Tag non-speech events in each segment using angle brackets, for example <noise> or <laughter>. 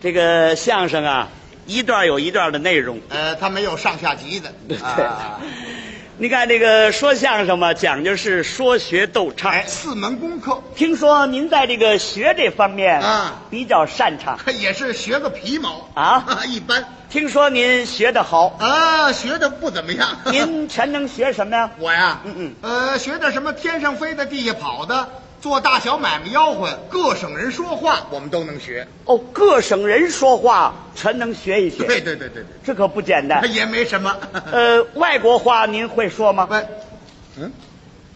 这个相声啊，一段有一段的内容。呃，他没有上下 <laughs> 级的啊，你看这个说相声嘛，讲究是说学逗唱。哎，四门功课听说您在这个学这方面啊比较擅长，也是学个皮毛啊 <laughs> 一般听说您学得 <laughs> 好，啊，学的不怎么样。您全能学什 <laughs> 么呀？ <laughs> 我呀，嗯嗯呃，学点什么天上飞的、地下跑的，做大小买卖吆喝，各省人说话，我们都能学。哦，各省人说话全能学一对学，对对对这可不简单对，。也没什么。 <laughs> 呃，外国话您会说吗？问，嗯，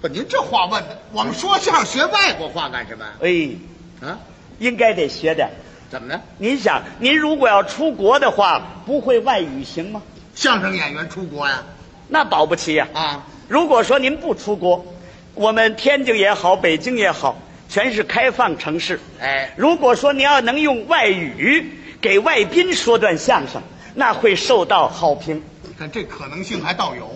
不，您这话问的，我们说相声学外国话干什么呀？哎，啊，应该得学点。怎么呢？您想，您如果要出国的话，不会外语行吗？相声演员出国呀？那保不齐呀、啊，如果说您不出国，我们天津也好，北京也好，全是开放城市。哎，如果说您要能用外语给外宾说段相声，那会受到好评。你看这可能性还倒有，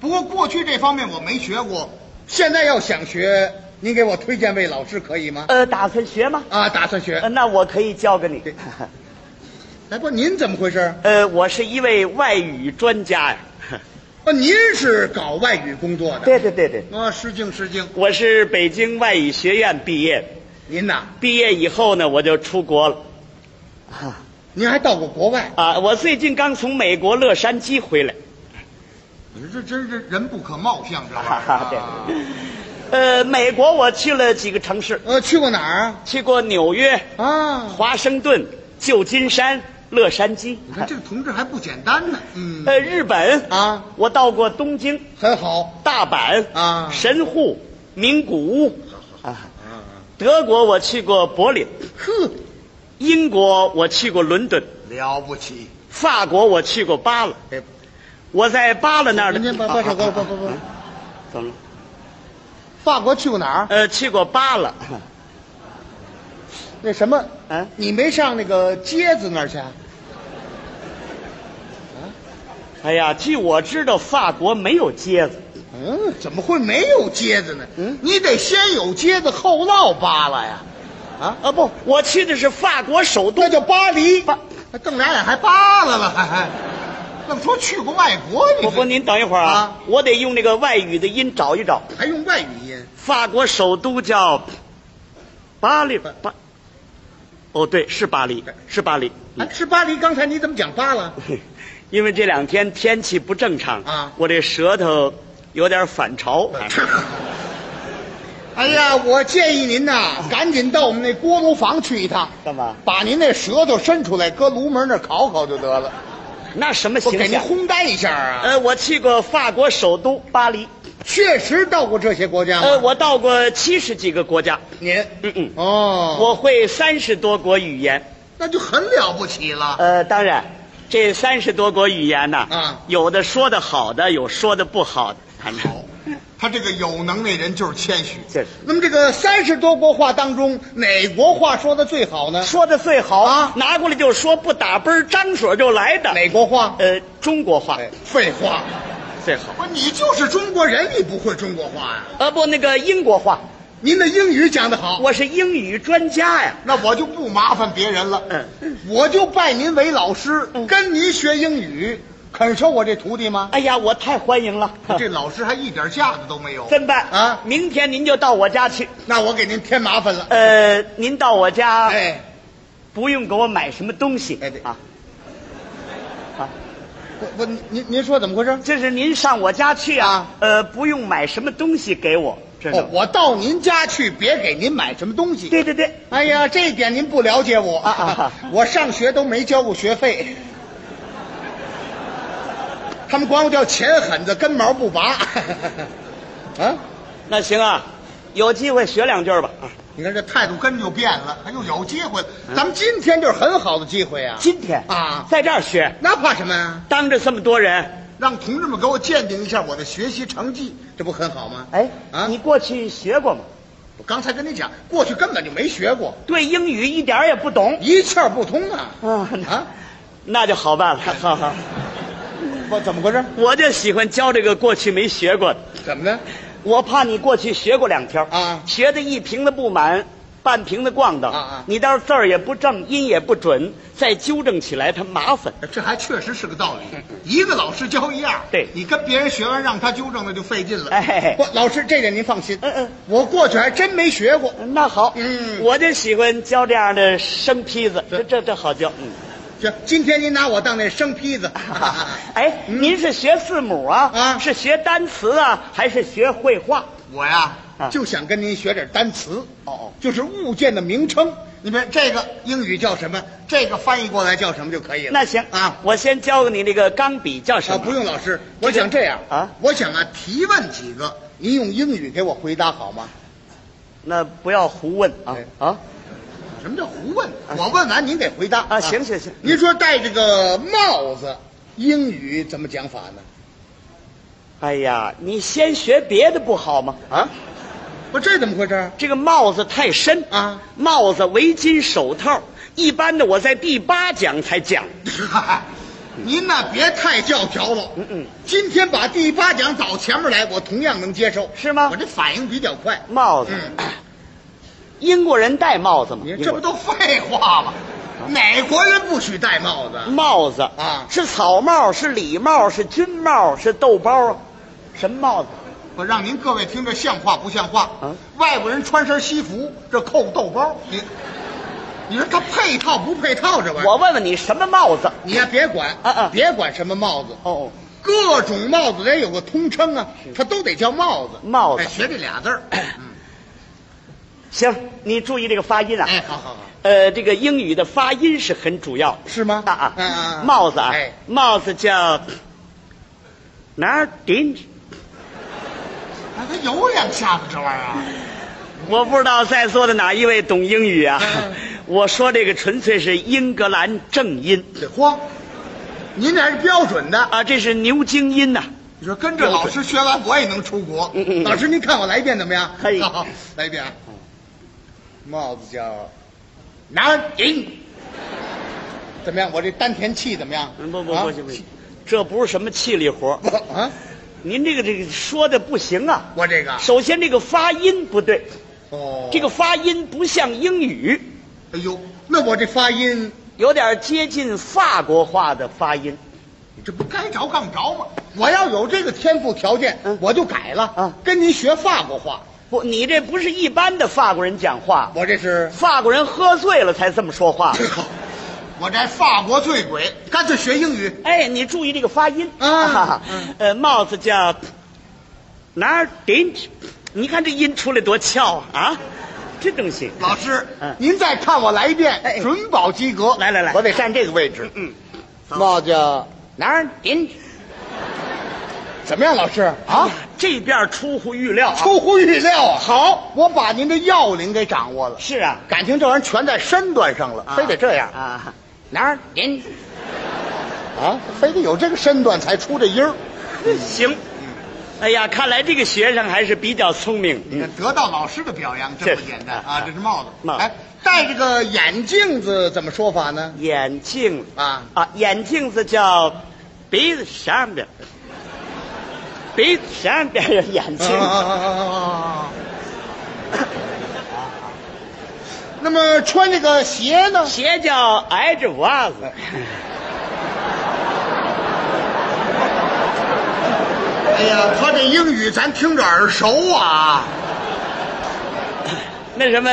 不过过去这方面我没学过，现在要想学，您给我推荐位老师可以吗？呃，打算学吗？啊，打呃，算学。那我可以教给你。 <laughs> 哎，不，您怎么回事？呃，我是一位外语专家呀。 <laughs> 哦，您是搞外语工作的？对对对对，啊，失敬失敬。我是北京外语学院毕业，您呐，毕业以后呢，我就出国了。啊您还到过国外？啊，我最近刚从美国洛杉矶回来。你说这真是人不可貌相，这玩意哈儿哈， <laughs> 对啊。呃，美国我去了几个城市，呃，去过哪儿啊？去过纽约、啊，华盛顿、旧金山、洛杉矶。你看这个同志还不简单呢。嗯，呃，日本啊，我到过东京、很好。大阪啊神户、名古屋。啊，啊，德国我去过柏林，呵，英国我去过伦敦，了不起。法国我去过巴勒。哎，我在巴勒那儿的，您您把把手给我，啊不不不，怎么了？法国去过哪儿？呃，去过巴勒。那什么，啊嗯，你没上那个街子那儿去啊？哎呀，据我知道，法国没有街子。嗯，怎么会没有街子呢？嗯你得先有街子，后落扒拉呀。啊，啊，不，我去的是法国首都那。叫巴黎。巴还瞪俩眼还扒拉了，还还，愣说去过外国，你不不，这您等一会儿啊，啊我得用那个外语的音找一找。还用外语音？法国首都叫巴黎巴，哦，对，哎是巴黎，是巴黎。啊，是巴黎。刚才你怎么讲扒拉？ <laughs> <laughs> 因为这两天天气不正常啊我这舌头有点反潮。哎呀，我建议您呐，赶紧到我们那锅炉房去一趟，干嘛？把您那舌头伸出来，搁炉门那儿烤烤就得了，那什么我形给您象？烘干一下啊。呃，我去过法国首都巴黎，确实到过这些国家吗？呃，我到过七十几个国家，您嗯嗯，哦，我会三十多国语言。那就很了不起了。 <laughs> 呃，当然，这三十多国语言呢、啊有的说的好的，有说的不好的。反正好，他这个有能耐人就是谦虚。这是那么这个三十多国话当中，哪国话说的最好呢？说的最好啊拿过来就说，不打啵儿张嘴就来的。哪国话？呃，中国话、哎，废话，最好。不，你就是中国人，你不会中国话呀、呃，不，那个英国话，您的英语讲得好，我是英语专家呀。那我就不麻烦别人了。嗯，我就拜您为老师，跟您学英语，肯收我这徒弟吗？哎呀，我太欢迎了， <laughs> 这老师还一点架子都没有，嗯真办啊明天您就到我家去。那我给您添麻烦了。呃，您到我家、哎，不用给我买什么东西、哎对啊。啊，不不，您您您说怎么回事？这是您上我家去啊，啊呃，不用买什么东西给我，知道吗哦，？我到您家去，别给您买什么东西。对对对，哎呀，这一点您不了解我啊啊 <laughs> 我上学都没交过学费，他们管我叫钱狠子，根毛不拔。啊，那行啊，有机会学两句吧。啊你看这态度跟着就变了，还又有机会了。咱们今天就是很好的机会啊！嗯今天啊在这儿学，那怕什么呀？当着这么多人，让同志们给我鉴定一下我的学习成绩，这不很好吗？哎，啊，你过去学过吗？我刚才跟你讲，过去根本就没学过，对英语一点儿也不懂一窍不通啊！啊啊，那啊就好办了。好好，我怎么回事？我就喜欢教这个过去没学过的，怎么的？我怕你过去学过两条啊学的一瓶子不满，半瓶子逛的，啊啊你到时候字儿也不正，音也不准，再纠正起来它麻烦。这还确实是个道理。一个老师教一样，嗯对你跟别人学完让他纠正了就费劲了。哎不，老师这点您放心。嗯嗯，我过去还真没学过，那好，嗯我就喜欢教这样的生坯子，这这这好教。嗯，行，今天您拿我当那生坯子。哎，您是学字母啊？啊是学单词啊，还是学绘画？我呀啊，就想跟您学点单词，哦，就是物件的名称。你比如这个英语叫什么，这个翻译过来叫什么就可以了。那行啊，我先教给你那个钢笔叫什啊，么？不用老师，我想这样啊我想啊提问几个，您用英语给我回答好吗？那不要胡问啊对啊！什么叫胡问？我问完您得回答啊行行行您说戴这个帽子，英语怎么讲法呢？哎呀，你先学别的不好吗？啊，不，这怎么回事儿？这个帽子太深 <laughs> 啊！帽子、围巾、手套，一般的我在第八讲才讲。嗯您呐，别太教条了。嗯嗯，今天把第八讲倒前面来，我同样能接受，是吗我这反应比较快。帽子，嗯英国人戴帽子吗？您英这国不人都废话吗？啊哪国人不许戴帽子？帽子啊是草帽，是礼帽，是军帽，是豆包啊，什么帽子？我让您各位听着像话不像话？啊外国人穿身西服，这扣豆包，你，你说他配套不配套这玩意儿？我问问你，什么帽子？你呀别管，啊啊别管什么帽子，哦，各种帽子得有个通称啊，它都得叫帽子。嗯帽子哎学这 <coughs> 俩字儿。嗯行，你注意这个发音啊。哎，好好好，呃，这个英语的发音是很主要。是吗？啊啊，嗯嗯嗯帽子啊，哎，帽子叫哪顶？那他有两下子这玩意儿啊我不知道在座的哪一位懂英语啊？嗯我说这个纯粹是英格兰正音啊，得慌。您这还是标准的。啊，这是牛津音呐、你说跟着老师学完，我也能出国。嗯嗯嗯老师，您看我来一遍怎么样？ <laughs> 可以好好，来一遍啊。帽子叫南京，怎么样？我这丹田气怎么样？嗯，不不啊不行不行，这不是什么气力活儿我啊，您这个这个说的不行啊。我这个首先，这个发音不对，哦，这个发音不像英语，哎呦，那我这发音，有点接近法国话的发音。你这不该着杠着吗？我要有这个天赋条件，嗯我就改了啊跟您学法国话。不，你这不是一般的法国人讲话，我 <laughs> 这是，法国人喝醉了才这么说话。嗯我这法国醉鬼，干脆学英语。哎，你注意这个发音啊嗯呃，帽子叫哪儿顶？你看这音出来多翘啊！啊，这东西。老师嗯，您再看我来一遍哎，准保及格。来来来我得站这个位置。嗯，帽子哪儿顶？怎么样，老师啊啊？，这边出乎预料、啊。出乎预料啊！好，我把您的要领给掌握了。是啊，感情这玩意儿全在身段上了，啊非得这样啊？哪儿顶？啊，非得有这个身段才出这音儿。行。哎呀，看来这个学生还是比较聪明。你看，得到老师的表扬，真不简单是啊！这是帽子，帽子哎，戴这个眼镜子怎么说法呢？眼镜啊啊，眼镜子叫鼻子上边，鼻子上边有 <laughs> 眼镜。啊啊啊啊啊！ <laughs> 那么穿这个鞋呢？鞋叫挨着袜子，哎呀，他这英语咱听着耳熟啊！ <laughs> 那什么，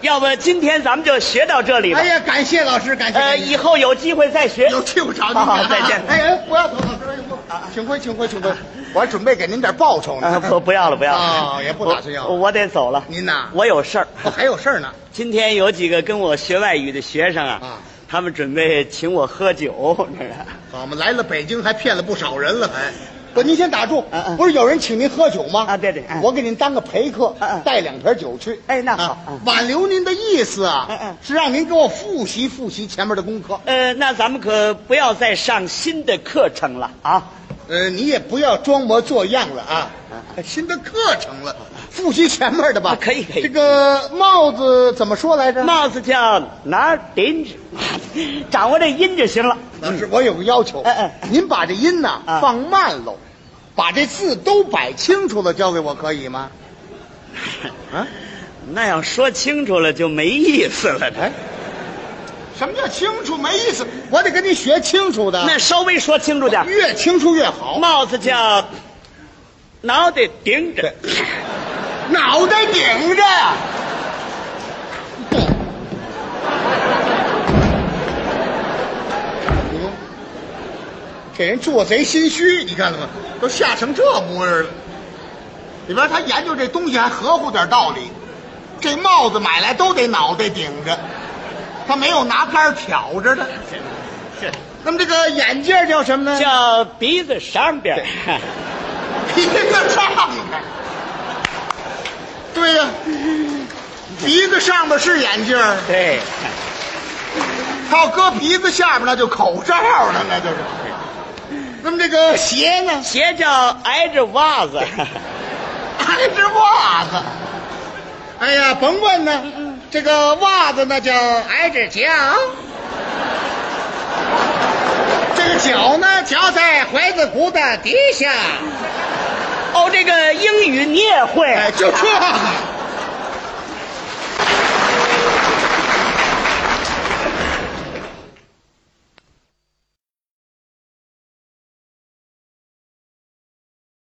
要不今天咱们就学到这里吧哎。呀，感谢老师，感谢呃，感谢以后有机会再学。哎有气不着您好啊。好再见哎哎，不要走，老师，哎不请回，请回，请回。我还准备给您点报酬啊，呢。不不要了，不要了。啊也不打算要了我我得走了。您呐我有事儿。哦还有事儿呢。今天有几个跟我学外语的学生啊，啊他们准备请我喝酒。好嘛，啊来了北京还骗了不少人了，还。不，您先打住哎嗯嗯不是有人请您喝酒吗？啊对对嗯我给您当个陪客嗯嗯，带两瓶酒去。哎那好啊嗯挽留您的意思嗯嗯啊，是让您给我复习复习前面的功课。呃，那咱们可不要再上新的课程了啊！呃，你也不要装模作样了啊嗯，新的课程了，复习前面的吧啊。可以可以这个帽子怎么说来着？帽子叫哪儿顶着，掌握这音就行了。老师，我有个要求，嗯嗯您把这音呐、啊放慢喽，把这字都摆清楚了，交给我可以吗？啊，那要说清楚了就没意思了。这哎，什么叫清楚没意思？我得跟你学清楚的，那啊稍微说清楚点儿，越清楚越好。帽子叫脑袋顶着，脑袋顶着呀， <laughs> 不，嗯给人做贼心虚，你看了吗？都吓成这模样了。里边他研究这东西还合乎点道理，这帽子买来都得脑袋顶着，他没有拿杆儿挑着的。那么这个眼镜儿叫什么 <laughs> 呢？叫鼻子上边儿。鼻子上边。 <laughs> 对呀、鼻子上边是眼镜儿， <laughs> 对，他要搁鼻子下边那就口罩了，那就是。那么这个鞋呢， <laughs> 鞋叫挨着袜子，还是袜子。哎呀，甭问呢，这个袜子那叫挨着脚，这个脚呢，脚在踝子骨的底下。哦，这个英语你也会？哎，就这个。